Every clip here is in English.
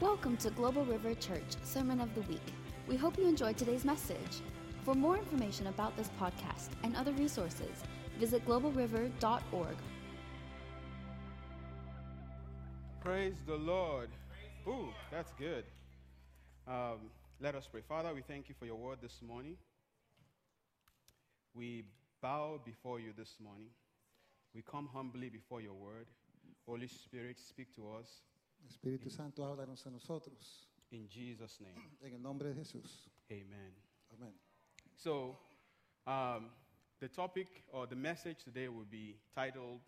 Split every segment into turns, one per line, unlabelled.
Welcome to Global River Church Sermon of the Week. We hope you enjoyed today's message. For more information about this podcast and other resources, visit globalriver.org.
Praise the Lord. Ooh, that's good. Um, let us pray. Father, we thank you for your word this morning. We bow before you this morning. We come humbly before your word. Holy Spirit, speak to us
Espíritu Santo, háblanos a nosotros.
in Jesus' name.
En el nombre de Jesús.
Amen.
Amén.
So, um, the topic or the message today will be titled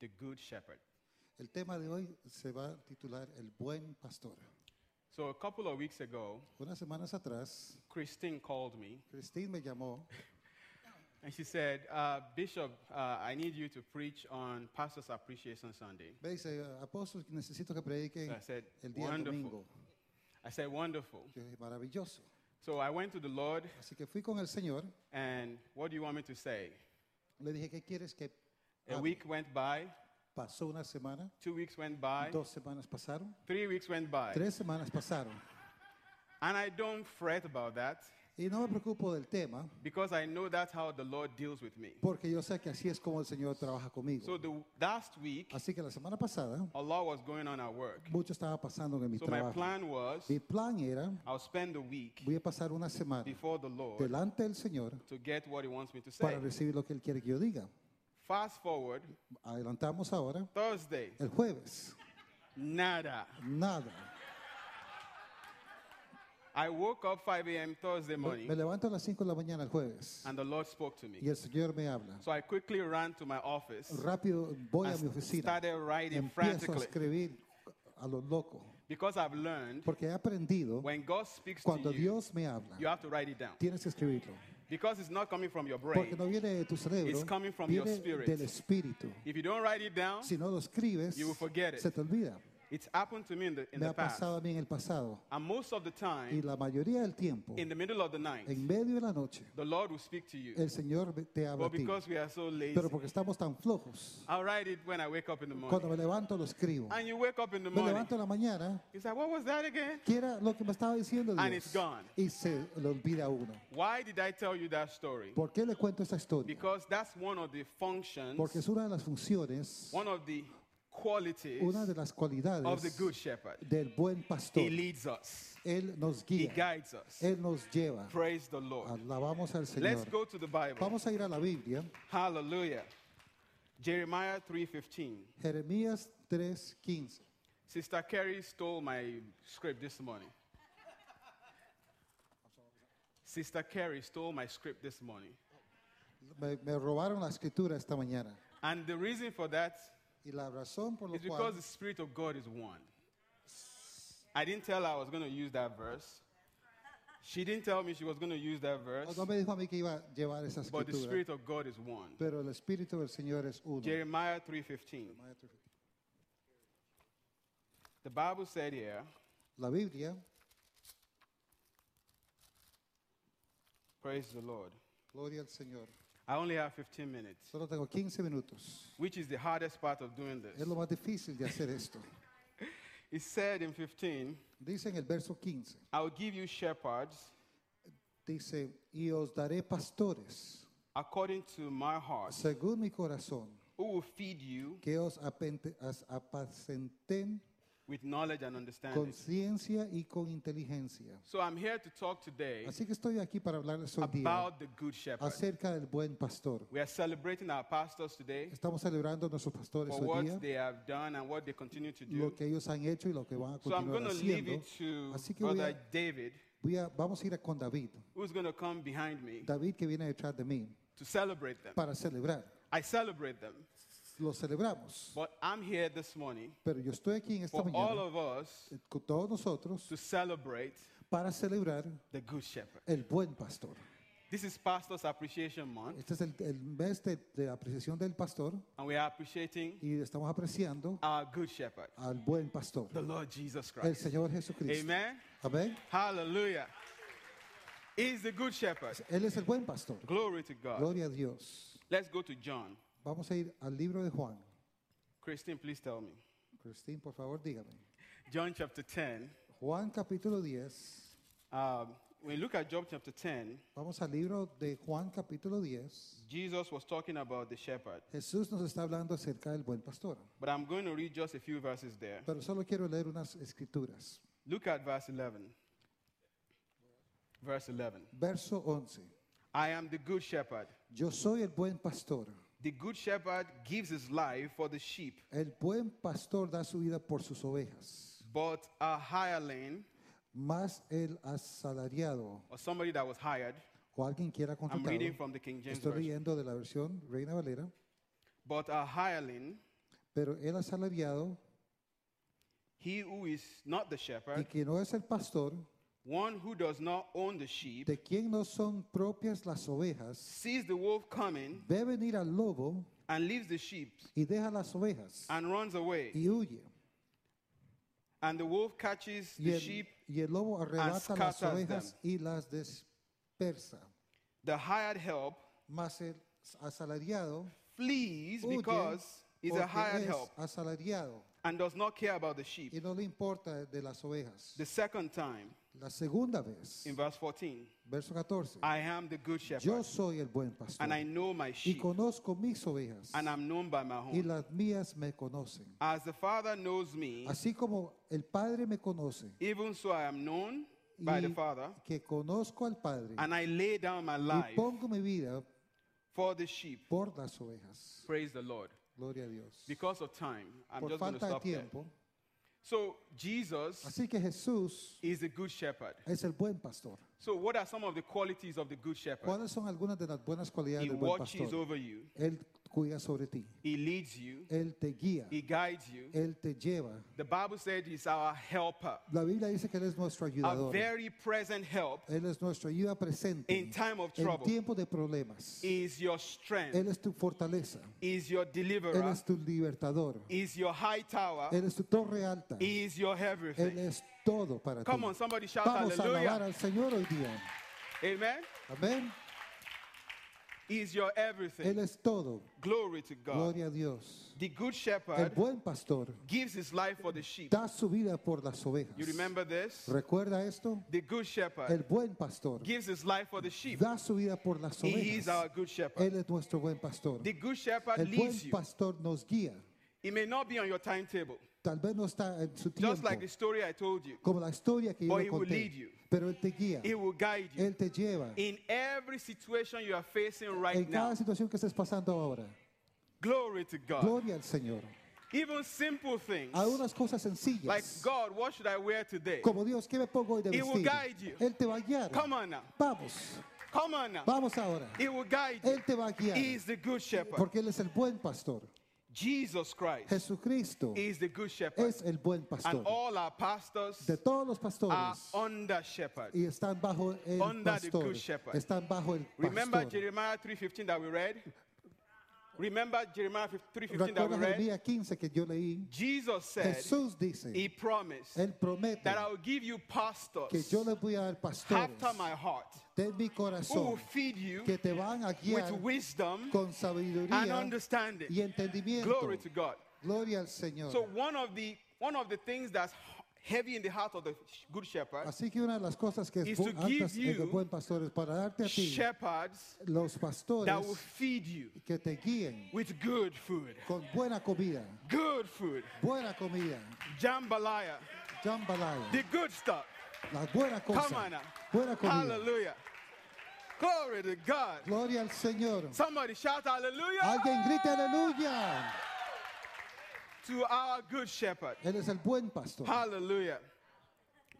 The Good Shepherd.
El tema de hoy se va a titular El buen pastor.
So, a couple of weeks ago,
Unas semanas atrás,
Christine called me
Christine me llamó
and she said, uh, Bishop, uh, I need you to preach on Pastor's Appreciation Sunday.
Me dice, apóstol, necesito que predique
So I said,
el día
"Wonderful."
domingo.
I said, Wonderful.
Yo dije, maravilloso.
So I went to the Lord,
Así que fui con el Señor,
and what do you want me to say?
le dije, ¿qué quieres que
A
hable?"
week went by,
Pasó una semana,
two weeks went by,
dos semanas pasaron,
three weeks went by.
tres semanas pasaron.
And I don't fret about that
Y no me preocupo del tema,
because I know that's how the Lord deals with me.
porque yo sé que así es como el Señor trabaja conmigo.
So the last week,
Así que la semana pasada,
a lot was going on at work.
mucho estaba pasando en mi
So my
trabajo.
plan was
Mi plan era,
I'll spend the week
voy a pasar una semana
before the Lord
delante del Señor
to get what He wants me to
para
say.
recibir lo que Él quiere que yo diga.
Fast forward,
Adelantamos ahora,
Thursday,
el jueves,
nada.
nada.
I woke up 5 a.m. Thursday
Me
morning,
levanto a las 5 de la mañana el jueves
and the Lord spoke to
y
me.
el Señor me habla.
So I quickly ran to my office.
Rápido voy a mi
I
oficina,
started writing
empiezo a
frantically
escribir a lo loco,
because I've learned
porque he aprendido,
when God speaks
cuando
to you,
Dios me
you
habla,
have to write it down
tienes que escribirlo,
because it's not coming from your
porque no
brain.
viene de tu cerebro,
It's coming from your
viene
spirit.
del Espíritu.
If you don't write it down,
Si no lo escribes,
You will forget it.
se te olvida.
it's happened to me in the, in
Me
the
ha
past.
pasado a mí en el pasado.
And most of the
Y
time,
la mayoría del tiempo,
in the middle of the night,
en medio de la noche,
the Lord will speak to you.
el Señor te habla a
But
ti.
because we are so
Pero
lazy,
porque estamos tan flojos,
I'll write it when I wake up in the
cuando
morning.
me levanto lo escribo.
And you wake up in the
Me
morning,
levanto en la mañana,
it's like, what was that again?
que era lo que me estaba diciendo
And it's
Dios.
gone.
Y se lo olvida a uno.
Why did I tell you that story?
¿Por qué le cuento esta historia?
Because that's one of the
Porque
functions,
es una de las funciones,
one of the
una
qualities
de las
of the
cualidades
Good Shepherd.
del buen pastor.
He leads us,
Él nos
He
guía,
guides us.
Él nos lleva.
Praise the Lord.
Alabamos al
Let's
Señor.
go to the Bible.
Vamos a ir a la Biblia,
Hallelujah. Jeremiah 3:15.
Jeremías 3:15.
Sister Carrie stole my script this morning. Sister Carrie stole my script this morning.
Me, me robaron la escritura esta mañana.
And the reason for that
Y la razón por
is
la
because
cual
the Spirit of God is one. I didn't tell her I was going to use that verse. She didn't tell me she was going to use that verse.
no me dijo a mí que iba a llevar esa
But the
escritura,
Spirit of God is one.
pero el Espíritu del Señor es uno.
Jeremiah 3:15. The Bible said here,
La Biblia,
praise the Lord.
gloria al Señor.
I only have 15 minutes,
Solo tengo 15 minutos.
which is the hardest part of doing
Es
this.
lo más difícil de hacer esto.
It said in 15,
Dice en el verso 15,
I will give you shepherds
dice, y os daré pastores
according to my heart,
según mi corazón,
who will feed you
que os apente- as- apacenten
with knowledge and
con
understanding.
ciencia y con inteligencia.
So I'm here to talk today
Así que estoy aquí para hablarles hoy día
about the Good Shepherd.
acerca del buen pastor.
We are celebrating our pastors today
Estamos celebrando a nuestros pastores
for
hoy
what
día,
they have done and what they continue to
lo
do.
que ellos han hecho y lo que van a
So I'm
continuar
going to leave
haciendo.
it to
Así que voy
Brother
a,
David,
voy a- vamos a ir a con David,
who's going to come behind me
David que viene detrás de mí,
to celebrate them.
para celebrar.
I celebrate them,
Lo celebramos,
but I'm here this morning
pero yo estoy aquí en esta
for all
mañana
of us
eh, con todos nosotros
to celebrate
para celebrar
the Good Shepherd.
el buen pastor.
This is Pastor's Appreciation Month,
Este es el, el mes de, de apreciación del pastor
and we are appreciating
y estamos apreciando
our good shepherd,
al buen pastor,
the Lord Jesus
el
Christ.
Señor Jesucristo.
Amen.
Amén.
Hallelujah. He's the good shepherd.
Él es el buen pastor.
Glory to God.
Gloria a Dios.
Let's go to John.
Vamos a ir al libro de Juan.
Christine, please tell me.
Cristín, por favor, dígame.
John chapter 10,
Juan capítulo 10.
Um, when you look at Job chapter 10,
Vamos al libro de Juan capítulo 10.
Jesus was talking about the shepherd.
Jesús nos está hablando acerca del buen pastor.
But I'm going to read just a few verses there.
Pero solo quiero leer unas escrituras.
Look at verse 11. Verse 11.
Verso 11.
I am the good shepherd.
Yo soy el buen pastor.
The good shepherd gives his life for the sheep,
El buen pastor da su vida por sus ovejas.
but a hireling
Más el asalariado
or somebody that was hired,
o alguien quiera
I'm
contratado.
reading from the King James
Estoy
Version,
leyendo de la versión Reina Valera.
but a hireling,
Pero el asalariado
he who is not the
y
shepherd,
que no es el pastor,
one who does not own the sheep,
de quien no son propias las ovejas,
sees the wolf coming
ve venir al lobo
and leaves the sheep
y deja las ovejas
and runs away.
y huye.
And the wolf catches
Y
the
el,
sheep.
y el lobo arrebata las
scatters
ovejas
them.
y las dispersa.
The hired help
Mas el asalariado
flees
huye
because he's a
porque
hired
es
help
asalariado
and does not care about the sheep.
y no le importa de las ovejas.
The second time,
La segunda vez,
in verse 14,
verso 14,
I am the good shepherd,
yo soy el buen pastor
and I know my
y
sheep,
conozco mis ovejas
and I'm known by my
y
own.
las mías me conocen.
As the Father knows me,
Así como el Padre me conoce
even so I am known
y
by the Father,
que conozco al Padre
and I lay down my
y
life
pongo mi vida
for the sheep.
por las ovejas.
Praise the Lord.
Gloria a Dios.
Because of time, I'm
Por
just going to
falta de
stop there.
tiempo.
So, Jesus
Así que Jesús
is a good shepherd.
es el buen pastor.
So, what are some of the qualities of the good shepherd?
¿Cuáles son algunas de las buenas cualidades
He
del buen
watches
pastor?
over you,
Él cuida sobre ti.
He leads you,
Él te guía.
He guides you.
Él te lleva.
The Bible said He's our helper,
La Biblia dice que Él es nuestro
a
ayudador.
very present help
Él es nuestra ayuda presente.
in time of
En
trouble.
tiempo de problemas.
Is your strength,
Él es tu fortaleza.
is your
Él
deliverer,
es tu libertador.
is your high tower,
Él es tu torre alta.
is your
Él
everything.
es todo para ti.
Come on, somebody shout
Vamos a alabar
hallelujah.
al Señor hoy día.
Amen.
Amén.
Is your
Él
everything.
es todo.
Glory to God.
Gloria a Dios.
The good
El
shepherd
buen pastor
gives his life for the sheep.
da su vida por las ovejas.
You remember this?
¿Recuerda esto?
The good
El
shepherd
buen pastor
gives his life for the sheep.
da su vida por las
He is our
ovejas.
good shepherd.
Él es nuestro buen pastor.
The good shepherd
El
leads
buen
you.
pastor nos guía.
It may not be on your timetable,
Tal vez no está en su
just
tiempo,
like the story I told you.
como la historia que yo
But
le
he will lead
conté.
you.
Pero él te guía,
He will guide you
él te lleva.
in every situation you are facing right
En cada
now.
situación que estés pasando ahora,
Glory to God.
gloria al Señor.
Even simple things
Hay unas cosas
like
sencillas,
God, what should I wear today?
como Dios, ¿qué me pongo hoy de
He will
vestir?
guide you.
Él te va a guiar.
Come on now.
Vamos,
Come on now.
vamos ahora.
He will guide you.
Él te va a guiar,
He is the good shepherd.
porque Él es el buen pastor.
Jesus Christ
Jesucristo
is the good shepherd.
es el buen
And
pastor.
all our pastors
De todos los
are
pastores
under shepherd.
y están bajo el
Under the
pastor.
good shepherd.
Están bajo el
Remember
pastor.
Jeremiah 3:15 that we read? Remember Jeremiah 3:15 that we
Recuerda
read?
Jeremías 15 que yo leí.
Jesus said,
Jesús dice,
he promised
él promete
that I will give you
que
pastors
yo les voy a dar pastores
after my heart
de mi
who will
corazón
feed you
que te van a
with
guiar
wisdom
con
and
sabiduría y
understanding.
entendimiento.
Glory to God.
Gloria al Señor.
So one of the one of the things that's heavy in the heart of the sh- good shepherd,
Así que una de las cosas que
is
es
to
bu-
give
altas es de
you
buen pastor es para darte a ti
shepherds
los
that will
pastores
feed you
que te guíen
with good food,
con buena comida,
good food,
buena comida,
jambalaya,
jambalaya,
the good stuff.
la buena
Come on now.
cosa, buena comida.
Hallelujah. Glory to God.
Gloria al Señor.
Somebody shout hallelujah
Alguien grite aleluya.
to our good shepherd.
Él es el buen pastor.
Hallelujah.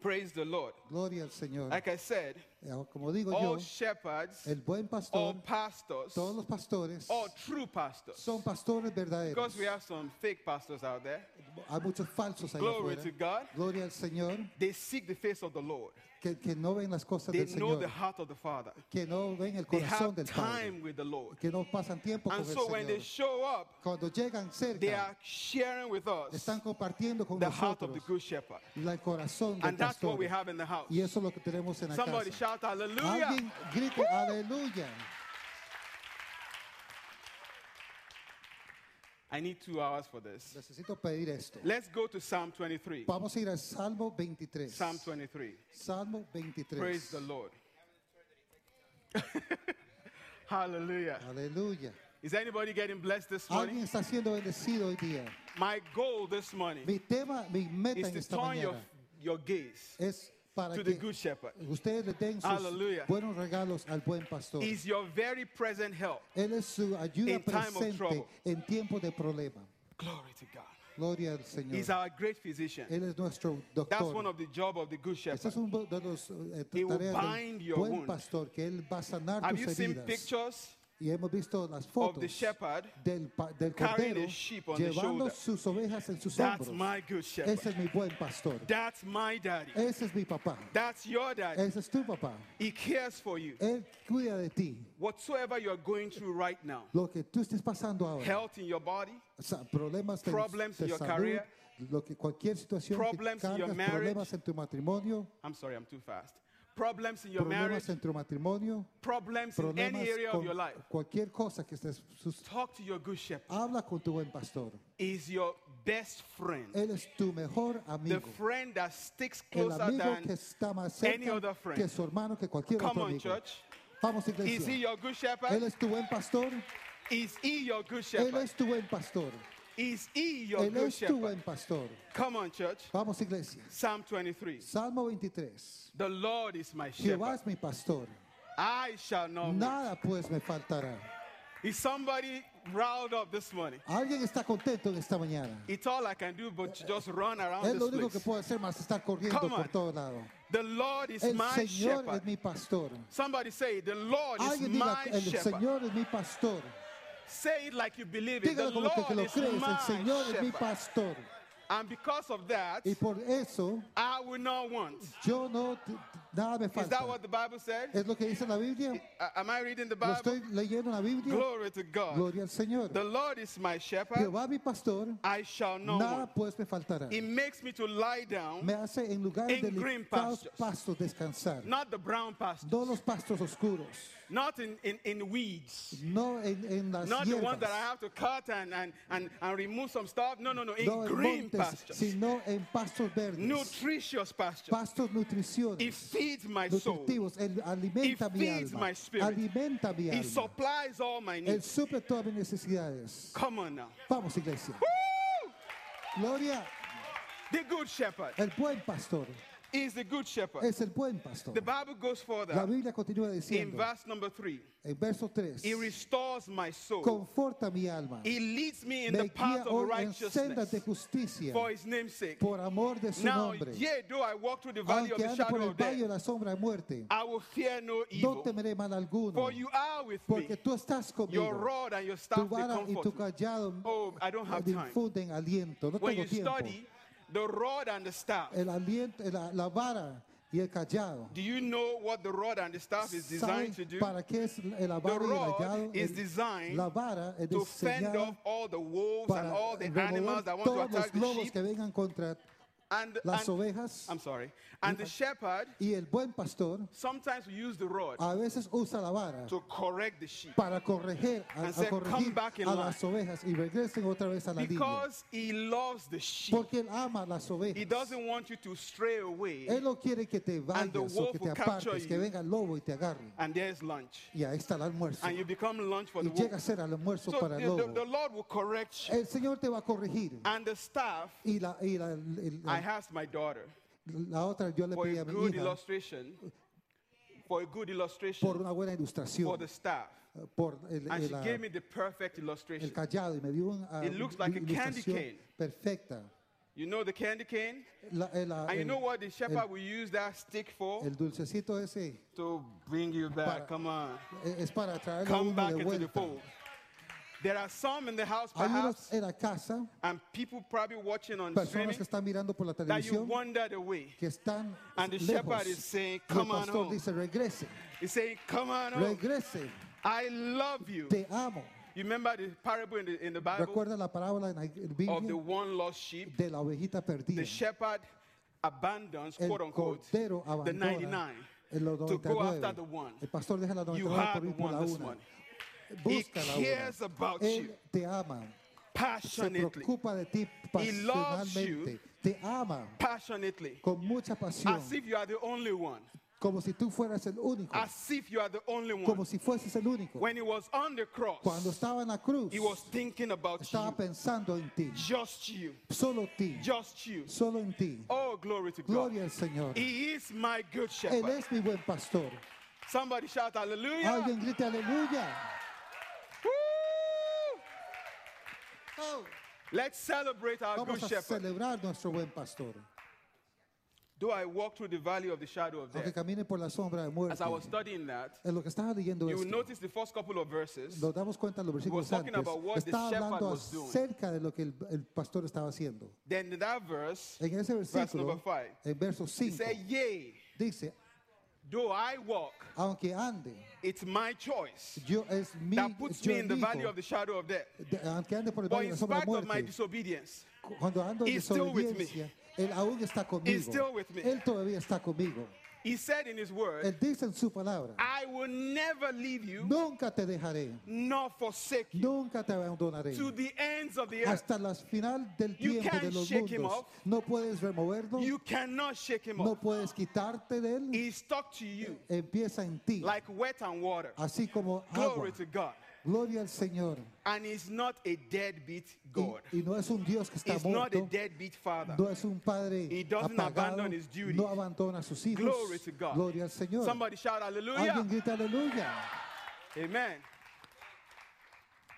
Praise the Lord.
Gloria al Señor.
Like I said,
Eh, Como digo yo,
all shepherds,
el buen
all
pastor,
pastors,
todos los pastores
all true pastors,
son pastores verdaderos.
oh, because we have some fake pastors out there,
Hay muchos falsos ahí
Glory
afuera.
to God.
Gloria al Señor,
they seek the face of the Lord.
que, que no ven las cosas
They
del
know the
Señor,
heart of the Father.
que no ven el
They
corazón
have
del Padre,
time with the Lord.
que no pasan tiempo
And
con el
so when they
Señor.
show up,
Cuando llegan
they
cerca,
are sharing with us
están compartiendo con
the heart of
nosotros
the good shepherd.
la- el corazón del
And that's
pastor.
what we have in the house.
Y eso es lo que tenemos en la
Somebody
casa.
shout hallelujah.
Alguien grite aleluya.
I I need two hours for this.
Necesito pedir esto.
Let's go to Psalm 23.
Vamos a ir al Salmo 23.
Psalm 23.
Salmo 23.
Praise the Lord. Hallelujah.
Aleluya.
Is anybody getting blessed this morning?
Alguien está siendo bendecido hoy día.
My goal this morning
Mi tema, mi meta
is
en
to
esta
turn your,
mañana
your gaze
es para
to the
que
Good Shepherd.
ustedes le den sus
Hallelujah.
buenos regalos al buen pastor.
Is your very present help.
Él es su ayuda
in time of
presente
trouble.
en tiempo de problema.
Glory to God.
Gloria al Señor.
He's our great physician.
Él es nuestro
That's one
doctor.
of the job of the Good
Esa
Shepherd.
es una de las eh,
He will
tareas
bind
del
your
buen
wound.
pastor, que Él va a sanar
Have you
tus
seen
heridas.
pictures
y hemos visto las
of
fotos
the shepherd?
del, pa- del
carrying
cordero
his sheep on the
llevando
shoulder?
sus ovejas en sus
That's
hombros.
my Good Shepherd.
Ese es mi buen pastor.
That's my daddy.
Ese es mi papá.
That's your daddy.
Ese es tu papá.
He cares for you.
Él cuida de ti.
Whatsoever you're going through right now,
Lo que tú estés pasando ahora,
health in your body,
o sea, problemas de,
Problems
de
in your
salud,
career.
lo que cualquier situación
Problems
que
in your
cargas,
marriage.
problemas en tu matrimonio,
I'm sorry, I'm too fast. Problems in your marriage,
problemas en tu matrimonio,
problems in
problemas
any area of
con
your life.
cualquier cosa que estés sus-
Talk to your good shepherd.
habla con tu buen pastor.
Is your best friend,
Él es tu mejor
the
amigo.
friend that sticks
El
closer
amigo que
than.
está más
any other
cerca
friend.
que su hermano que cualquier
Come
otro
on,
amigo.
church.
Vamos
Is he
iglesia.
your good
Él
shepherd?
es tu buen pastor.
Is he your good
Él
shepherd?
es tu buen pastor.
Is he your
Él
good
es tu
shepherd?
buen pastor.
Come on, church.
Vamos iglesia.
Psalm 23.
Salmo 23.
The Lord is my
Jehová
shepherd.
es mi pastor.
I shall not. want.
Nada pues me faltará.
Is somebody riled up this morning?
Alguien está contento en esta mañana.
It's all I can do but to just run
Es
around
lo
this
único Eh, que
place.
puedo hacer más estar corriendo
Come
por
on.
todo lado.
The Lord is
El
my
Señor es
shepherd.
mi pastor.
Somebody say, The Lord is
Alguien diga,
my
el
shepherd.
Señor es mi pastor.
Say it like you believe it. The
Dígalo como
Lord
que, que lo
is
crees. El
my
Señor es mi
shepherd.
pastor.
And because of that,
Y por eso
I will not want.
Yo no, t- t- nada me
Is that what
falta.
the Bible said?
Es lo que dice la Biblia.
A- Am I reading the
Lo
Bible?
estoy leyendo en la Biblia.
Glory to God.
Gloria al Señor.
The Lord is my shepherd.
Jehová mi pastor,
I shall not want.
nada pues me faltará.
He makes me to lie down,
Me hace en lugares
In
de
green
delicados
pastures.
pastos descansar.
not the brown
No
pastures,
los pastos oscuros,
not in, in, in weeds,
no en, en las
not the ones that I
hierbas,
have to cut and, and, and, and remove some stuff. No, no, no. In
no en
green
montes,
pastures,
sino en pastos verdes,
nutritious pastures.
pastos
He
nutriciones,
feeds my soul.
nutritivos. Él alimenta mi
feeds
alma,
my spirit.
alimenta mi
He
alma.
supplies all my
Él
needs.
suple todas mis necesidades.
Come on now.
Vamos, iglesia.
¡Uh!
Gloria,
The good shepherd
el buen pastor
is the good shepherd.
es el buen pastor.
The Bible goes
La
further
Biblia continúa
in
diciendo
verse number three.
en verso 3,
He restores my soul.
conforta mi alma,
He leads me in
me
the
guía
path of
hoy en sendas de
righteousness
justicia
for his name's sake.
por amor de su
Now,
nombre.
yea, though I walk through the valley of
Aunque
the
ande por
shadow
el
of
valle de
death,
la sombra de muerte,
I will fear no
no
evil.
temeré mal alguno,
For you are with me.
porque tú estás
Your
conmigo.
rod and your staff
Tu
they
vara y tu
comfort me.
callado
Oh, I don't
me
have time.
difunden aliento. No
When
tengo
you
tiempo.
study the rod and the staff,
El aliento, la, la vara y el callado.
do you know what the rod and the staff is
¿Saben
designed to do?
para qué es el la vara y el
rod
hallado?
is
El-
designed
la vara es
To fend off
diseñada
all the wolves and
para
all the
remover
animals that want to
todos
attack
los
the
lobos
sheep
que vengan contra
and,
las
and um,
ovejas.
I'm sorry. And the shepherd
Y el buen pastor
sometimes use the rod
a veces usa la vara
to correct the sheep
Ah. para corregir a,
And
a
said, "Come
corregir
back in
a las ovejas y regresen otra vez a la línea.
because he loves the sheep.
Porque él ama a las ovejas.
He doesn't want you to stray away
Él no quiere que
the
te vayas o
wolf
que te
will capture
apartes, que
you.
venga el lobo y te agarre.
and there's lunch.
Y ahí está el almuerzo.
And you become lunch for
Y
the wolf.
llega a ser el almuerzo
So
para
the,
el
the, the
lobo.
Lord will correct you.
El Señor te va a corregir.
And the staff,
Y la, y la, el-
I
la-
asked my daughter
la otra yo le
for
pedí
a
a mi
good
hija
illustration, for a good
por
illustration
una buena
for
ilustración,
the staff.
eh, por el,
And
el,
she
ah,
gave me the perfect
el
illustration.
callado y me dio una,
It looks like a candy
ilustración
cane.
perfecta.
You know the candy cane?
La- el, ah,
And you
el-
know what the shepherd will use that stick for?
el dulcecito ese eh,
To bring you
Para-
back. Come on.
es para traerlo a
Come
uno
back
de
into the
vuelta.
fold. There are some in the house,
Hay
perhaps,
unos en la casa,
and people probably watching on
personas
streaming,
que están mirando por la
that you
televisión,
wandered away.
que están
And the
lejos.
shepherd is saying,
Y el
"Come on
pastor
home."
dice, regrese,
He's saying, Come on home.
regrese,
I love you.
te amo.
You remember the parable in the, in the Bible
Recuerda la parábola en la
of the
Biblia
one lost sheep?
de la ovejita perdida.
The shepherd abandons,
el
quote unquote,
cordero
the
abandona
99.
el los
to go
99.
after the one.
El pastor deja la
You
99
have
por
the
ir por la
one this
una.
morning.
Busca
He
la una.
cares about
Él
you.
te ama. se
passionately.
preocupa de ti pasionalmente, te ama
Passionately.
con mucha pasión,
As if you are the only one.
como si tú fueras el único,
As if you are the only one.
como si fueses el único.
When he was on the
Cuando
cross,
estaba en la cruz,
he was thinking about you.
estaba pensando en ti,
Just you.
solo ti,
Just you.
solo en ti.
Oh, glory to God.
Gloria al Señor.
He is my good
Él
shepherd.
es mi buen pastor.
Somebody shout hallelujah.
Alguien grite aleluya.
Woo! Let's celebrate our good
Vamos a
shepherd.
celebrar nuestro buen pastor.
Though I walk through the valley of the shadow of
Aunque
death,
camine por la sombra de
as I was
muerte.
studying that,
En lo que estaba leyendo
you will
esto,
notice the first couple of verses.
nos damos cuenta en los versículos
talking
antes.
about what the
Estaba hablando
shepherd was doing.
acerca de lo que el, el pastor estaba haciendo.
Then in that verse,
En ese
number
versículo,
five.
en verso
he
5,
said, Yea,
dice,
though I walk,
aunque ande,
it's my choice
yo es mi,
that puts
yo
me in the
elijo,
valley of the shadow of death.
de- aunque ande por el
But
valle
in
de la sombra de
spite of my
muerte,
disobedience,
cu- cuando ando en
he's still with me.
desobediencia, él aún está conmigo.
still with me.
Él todavía está conmigo.
he said in his word,
Él dice en su palabra,
I will never leave you
nunca te dejaré,
nor forsake you
nunca te abandonaré.
to the ends of the earth.
Hasta la final del
You
tiempo de
can't
los
shake him
mundos.
off.
No puedes removerlo,
You cannot shake him
no
up.
puedes quitarte de él.
He stuck to you
Empieza en ti,
like wet and water.
así como agua.
Glory to God.
Gloria al Señor.
And he's not a deadbeat God.
Y, y no es un Dios que está
He's not a
muerto,
deadbeat father.
no es un padre
He doesn't
apagado,
abandon his duties.
no abandona a sus hijos.
Glory to God.
Gloria al Señor.
Somebody shout hallelujah.
Alguien grita aleluya.
Amen.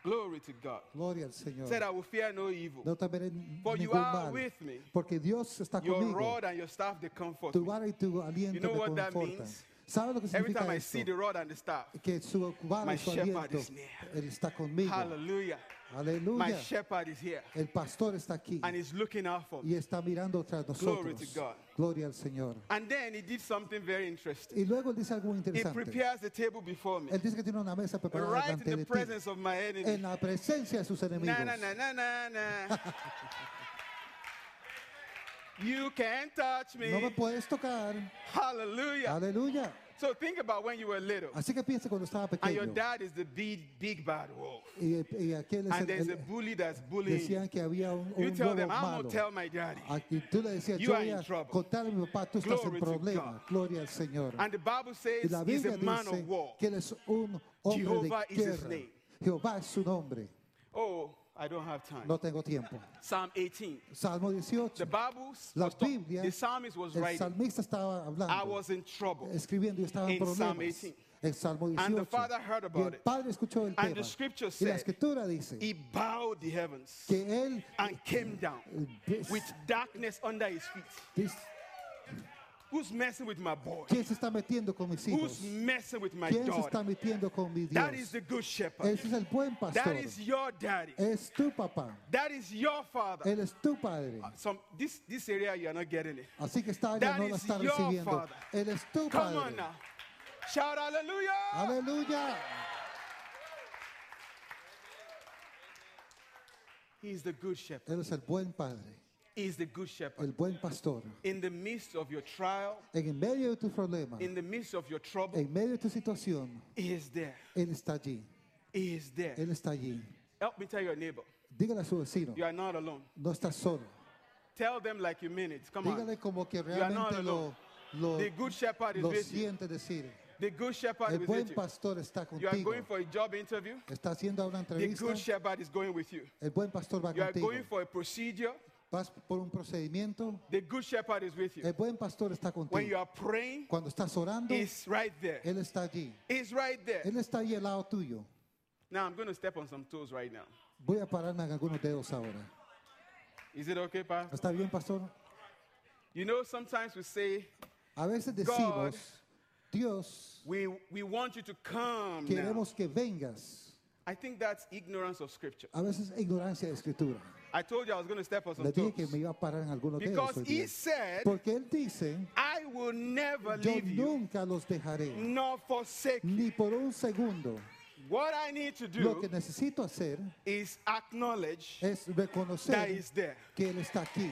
Glory to God.
Gloria al Señor.
Said, I will fear no evil.
No temeré
For you
ningún
are
mal,
with me.
porque Dios está
Your
conmigo.
rod and your staff, they comfort
tu
me.
vara y tu aliento
know what
me
that
confortan.
means?
¿Sabes lo que
Every
significa
time I
esto?
see the rod and the staff,
que su vara
my
y su
shepherd
aliento,
is near.
Él está conmigo.
hallelujah. My
Aleluya.
shepherd is here
El pastor está aquí
and he's looking out for me.
y está mirando tras
Glory
nosotros.
to God.
Gloria al Señor.
And then he did something very interesting.
Y luego él dice algo
He
interesante.
prepares the table before me,
Él dice que tiene una mesa preparada
right
delante
in the
de ti,
presence of my
en
enemy.
la presencia de sus enemigos.
Na na na na na na. You can't touch
No me
me.
puedes tocar.
Hallelujah.
Aleluya.
So think about when you were little
Así que piensa cuando estaba
and your
pequeño
dad is the big, big bad wolf.
y, y aquel es
And
el-
there's a
el-
bully that's bullying. you.
decían que había un,
You
un
tell
lobo
them, I'm going
malo.
to tell my daddy.
Aquí tú le decías,
You
yo
are
voy
in
a
trouble.
contarle a mi papá, tú estás
Glory
en
to
problema.
God.
Gloria al Señor.
And the Bible
Ah. Y
says
la
he's
Biblia
a man
dice
of war.
que él es un hombre
Jehovah
de
is his
guerra.
name.
Jehová es su nombre.
Oh, I don't have time.
No tengo tiempo.
Psalm 18.
Salmo 18.
The Bible, s-
La
was talk-
Biblia,
the psalmist was
El
writing,
salmista estaba
I
hablando,
was in trouble.
escribiendo y estaba en
in Psalm
problemas.
18.
El Salmo 18.
And the father heard
y
about
el
it.
padre escuchó el
And
tema.
the scripture
y la
said,
escritura dice
He bowed the heavens
que él
and came down
des-
with darkness under his feet.
des-
Who's messing with my boy?
¿Quién se está metiendo con mis hijos?
Who's messing with my
¿Quién se está
daughter?
metiendo con mi Dios?
That is the good shepherd.
Ese es el buen pastor.
That is your daddy.
Es tu papá.
That is your father.
Él es tu padre.
Some this this area you are not getting it.
Así que esta área
that
no la
is
está
your
recibiendo.
father.
Él es tu
Come on
padre.
now. Shout hallelujah.
Aleluya.
He's the good shepherd.
Él es el buen padre,
He's the good shepherd.
el buen pastor.
In the midst of your trial,
En el medio de tu problema,
in the midst of your trouble,
en medio de tu situación,
he is there.
Él está allí.
He is there.
Él está allí.
Help me tell your neighbor,
Dígale a su vecino,
you are not alone.
no estás solo.
Tell them like you mean it. Come on.
Dígale como que
are not
realmente lo, lo,
The good shepherd is
lo
with you.
siente decir.
The good shepherd
El
is with
buen
you.
pastor está
You are
contigo.
going for a job interview.
Está haciendo una
The
entrevista.
good shepherd is going with you.
El buen pastor va
You are
contigo.
going for a procedure.
Vas por un procedimiento.
The good shepherd is with you.
El buen pastor está
When you
contigo.
are praying,
Cuando estás orando,
he's right there.
Él está allí.
He's right there.
Él está ahí al lado tuyo.
Now I'm going to step on some toes right now.
Voy a pararme en algunos dedos ahora.
Is it okay, Pastor?
¿Está bien, pastor?
You know, sometimes we say,
A veces decimos, Dios,
we, we want you to come. Now.
queremos que vengas.
I think that's ignorance of Scripture.
A veces ignorancia de escritura.
I told you I was going to step on some
Le dije que
toes.
me iba a parar en algunos dedos.
Because
hoy
he
día.
said,
Porque Él dice,
I will never
yo
leave you
nunca los dejaré,
nor forsake you.
ni por un segundo.
What I need to
Lo
do
que necesito hacer
is acknowledge
es
that
reconocer
he's there.
que Él está aquí.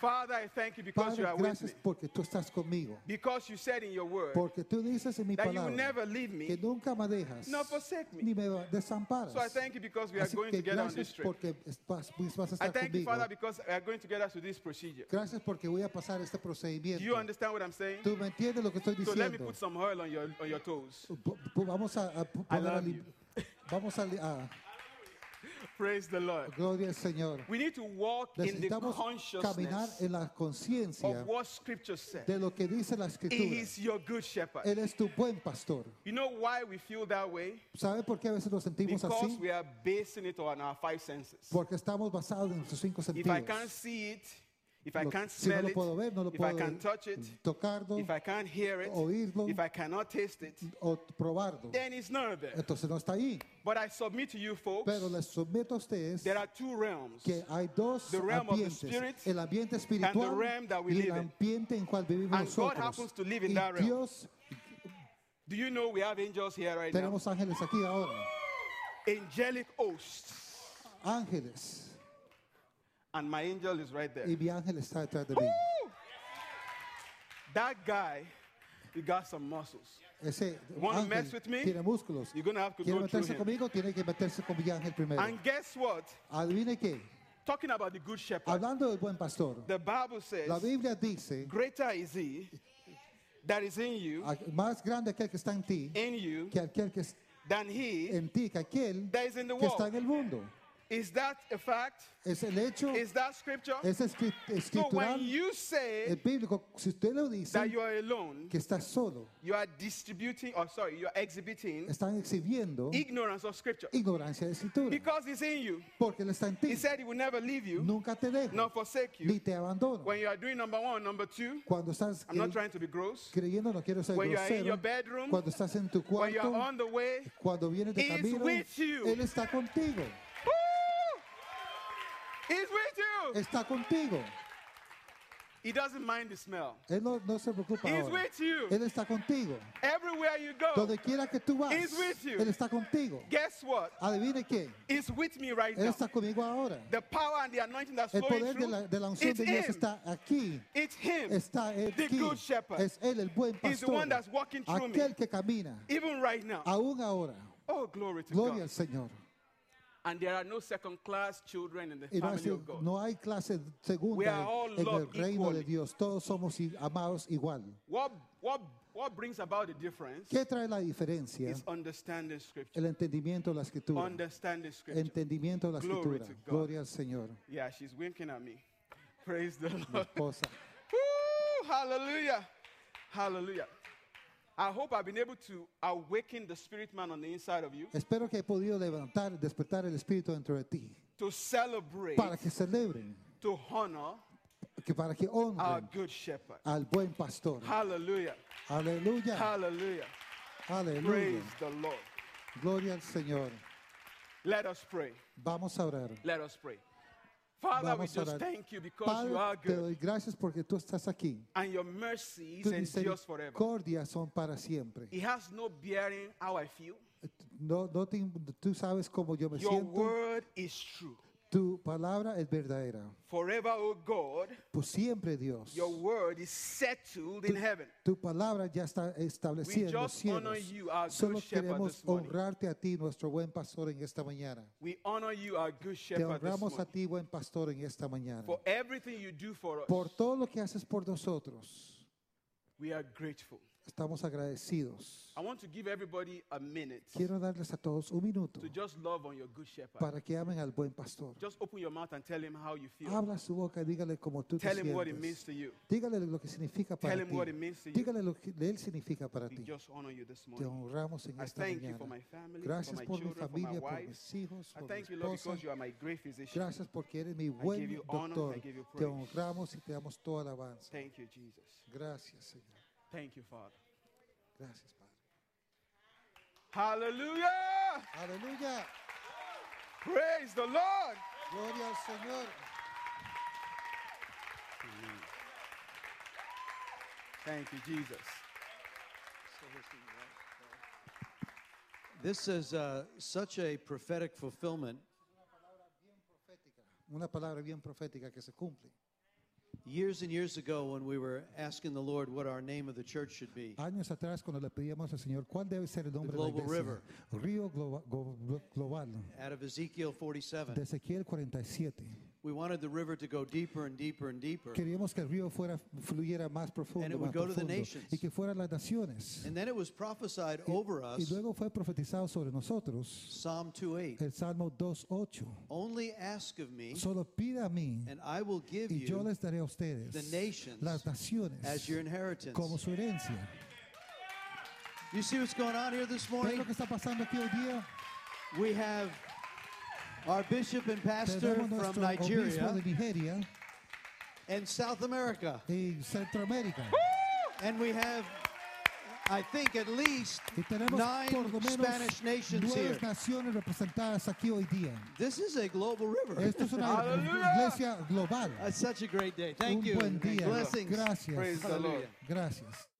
Father, I thank you because you
Padre,
are with me.
gracias porque tú estás conmigo.
Because you said in your word
Porque tú dices en mi
that you will
palabra
never leave
que
me.
nunca me dejas
nor forsake me.
ni me desamparas.
So I thank you because we are
Así
going
que
together on
gracias
this trip.
porque es- vas, pues vas a
I
estar
thank you,
conmigo.
Father, because we are going together to this procedure.
Gracias porque voy a pasar este
Do you
procedimiento.
understand what I'm saying?
¿Tú me entiendes lo que estoy
So let me
diciendo?
put some oil on your on your toes.
Po- po- Vamos a, a po-
I
poner a
love
li- Vamos a, li- a-
Praise the Lord.
gloria al Señor.
We need to walk in the
Necesitamos caminar
consciousness
en la conciencia
of what Scripture said.
de lo que dice la
He
Escritura.
is your good shepherd.
Él es tu buen pastor.
You know why we feel that way?
¿Sabe por qué a veces nos sentimos
Because
así?
we are basing it on our five senses.
Porque estamos basados en nuestros cinco
If I can't
sentidos.
see it, if I
Lo-
can't
si no
smell
lo
it,
puedo ver, no lo
if I
puedo
can't touch it,
tocarlo
if I can't hear it,
oírlo.
if I cannot taste it,
o probarlo.
then it's not there.
Entonces no está ahí.
But I submit to you folks,
Eh. Pero les someto a ustedes
there are two realms.
que hay dos
the realm of the
ambientes,
spirit
el ambiente espiritual
realm that we
y el
live in.
ambiente en cual vivimos
And God
nosotros.
happens to live in
y
that realm.
Dios,
Do you know we have angels here right now?
tenemos ángeles aquí ahora,
Angelic hosts.
ángeles,
And my angel is right there.
y mi ángel está detrás de mí.
That guy, he got some muscles.
Ese
wanna mess
ángel
with me?
tiene músculos.
You're gonna have to
¿Quiere
go through
meterse
him.
conmigo? Tiene que meterse con mi ángel primero.
And guess what?
Adivine qué.
Talking about the good shepherd,
Hablando del buen pastor,
the Bible says,
la Biblia dice,
Greater is he that is in you,
"A- más grande aquel que está en ti
in you,
Ah, que aquel que es
than he
en ti, que aquel
that is in the
que está en
world.
el mundo.
Is that a fact?
Es el hecho,
Is that scripture?
es escri-
So
escritural,
when you say
es bíblico. Si usted lo
that
dice,
you are alone,
que está solo,
you are distributing, or sorry, you are exhibiting
están exhibiendo
ignorance of scripture.
ignorancia de escritura.
Because it's in you.
Porque él está en ti.
He said he will never leave you,
Nunca te dejo,
nor forsake
ni
you.
te abandono.
When you are doing number one, number two,
Cuando estás
I'm not
eh,
trying to be gross.
creyendo, no quiero ser
When you are in
grosero.
your bedroom,
Cuando estás en tu
When you are
cuarto,
on the way,
cuando vienes de
He is
camino,
with you.
él está contigo.
he's with you.
Está contigo.
He doesn't mind the smell.
Él no, no se preocupa.
He's
ahora.
with you.
Él está contigo.
Everywhere you go,
Donde quiera que tú vas,
He's with you.
él está contigo.
guess what?
Adivine qué.
It's with me right
Él
now.
está conmigo ahora.
The power and the anointing that's
El
flowing
poder de la,
through,
de la unción
it's
de Dios
him.
está aquí.
It's him.
Está
The
aquí.
good shepherd.
Es Él el buen
He's the one
pastor.
that's walking through me.
Aquel que camina.
Even right now.
Aún ahora.
Oh, glory to
Ah, Gloria
God.
al Señor.
And there are no second class children in the
Y no,
family
hay-
of God.
no hay clase
We
segunda
are all
en el
loved
reino
equally.
de Dios. Todos somos i- amados igual.
What, what, what brings about the difference
¿Qué trae la diferencia?
is understanding scripture.
El entendimiento de la escritura.
Understanding scripture.
Entendimiento de la
Glory
escritura.
to God.
Gloria al Señor.
Yeah, she's winking at me. Praise the
Mi
Lord.
esposa.
Woo! Hallelujah. Hallelujah. I hope I've been able to awaken the spirit man on the inside of you
Espero que he podido levantar, despertar el espíritu dentro de ti.
to celebrate,
Para que celebren.
to honor
Que para que
our
honren
good shepherd.
al buen pastor.
Hallelujah.
Aleluya.
Hallelujah. Praise
Aleluya.
the Lord.
Gloria al Señor.
Let us pray.
Vamos a orar.
Let us pray. Father, we
Vamos a
just
orar.
thank you because you are
Padre, te
good
doy gracias porque tú estás aquí.
and your mercies
Tus
endures forever.
misericordias son para siempre.
It has no bearing how I feel.
No, no te- tú sabes cómo yo me
Your
siento.
word is true.
Tu palabra es verdadera.
Forever, O God,
Pues siempre, Dios.
your word is settled in heaven.
Tu palabra ya está establecida
We
en los
just honor
cielos.
you, our
Solo
good shepherd,
queremos
this morning.
honrarte a ti, nuestro buen pastor, en esta mañana.
We honor you, our good
Te
shepherd, this
honramos a
morning,
ti, buen pastor, en esta mañana.
for everything you do for us.
Por todo lo que haces por nosotros,
We are grateful.
estamos agradecidos.
I want to give everybody a minute
Quiero darles a todos un minuto
to just love on your good shepherd.
para que amen al buen pastor.
Just open your mouth and tell him how you feel.
Habla su boca y dígale cómo tú te
Tell him what it means
sientes.
to you.
Dígale lo que significa para
Tell him what it
ti.
means to you.
Dígale lo que él significa para
We
ti.
just honor you this
Te
morning.
honramos en
I
esta
thank you for
mañana.
my family, for
Gracias
my
por mi
children, for my
familia, por
wife.
mis hijos,
I
por mi
thank you, Lord,
esposa.
because you are my great physician.
Gracias porque eres mi
give
buen
you honor,
doctor.
I give you
Te
praise.
honramos y te damos toda alabanza.
Thank you, Jesus.
Gracias, Señor.
Thank you, Father.
Gracias, Padre.
Hallelujah!
Aleluya.
Praise the Lord!
Gloria al Señor.
Thank you, Jesus.
This is uh, such a prophetic fulfillment.
Una palabra bien profética que se cumple.
Years and years ago, when we were asking the Lord what our name of the church should be,
Años atrás, cuando le pedíamos al Señor cuál debe ser el nombre de la
Global
iglesia, Río Globa- Go- Glo- Global,
out of Ezekiel
de
47,
Ezequiel 47.
we wanted the river to go deeper and deeper and deeper.
Queríamos que el río fuera, fluyera más profundo,
And it
más
would go to the
profundo,
nations.
y que fueran las naciones.
And then it was prophesied over
Y
us,
luego fue profetizado sobre nosotros
Psalm 2:8.
el Salmo 2.8.
Only ask of me,
Solo pida a mí
and I will give
y yo
you
les daré a ustedes
the nations
las naciones
as your
como
inheritance.
su herencia.
You see what's going on here this
¿Ves
morning?
lo que está pasando aquí hoy día?
We have our bishop and pastor
Tenemos
from
nuestro obispo
Nigeria
de Nigeria
and South America.
y Centroamérica.
And we have, I think, at least
Y tenemos por lo
nine
menos
Spanish nations
nueve
here.
naciones representadas aquí hoy día.
This is a global river.
Esto es una iglesia global.
It's such a great day. Thank
Un
you.
buen día.
Blessings.
Gracias.
Praise the Lord.
Hallelujah.
Gracias.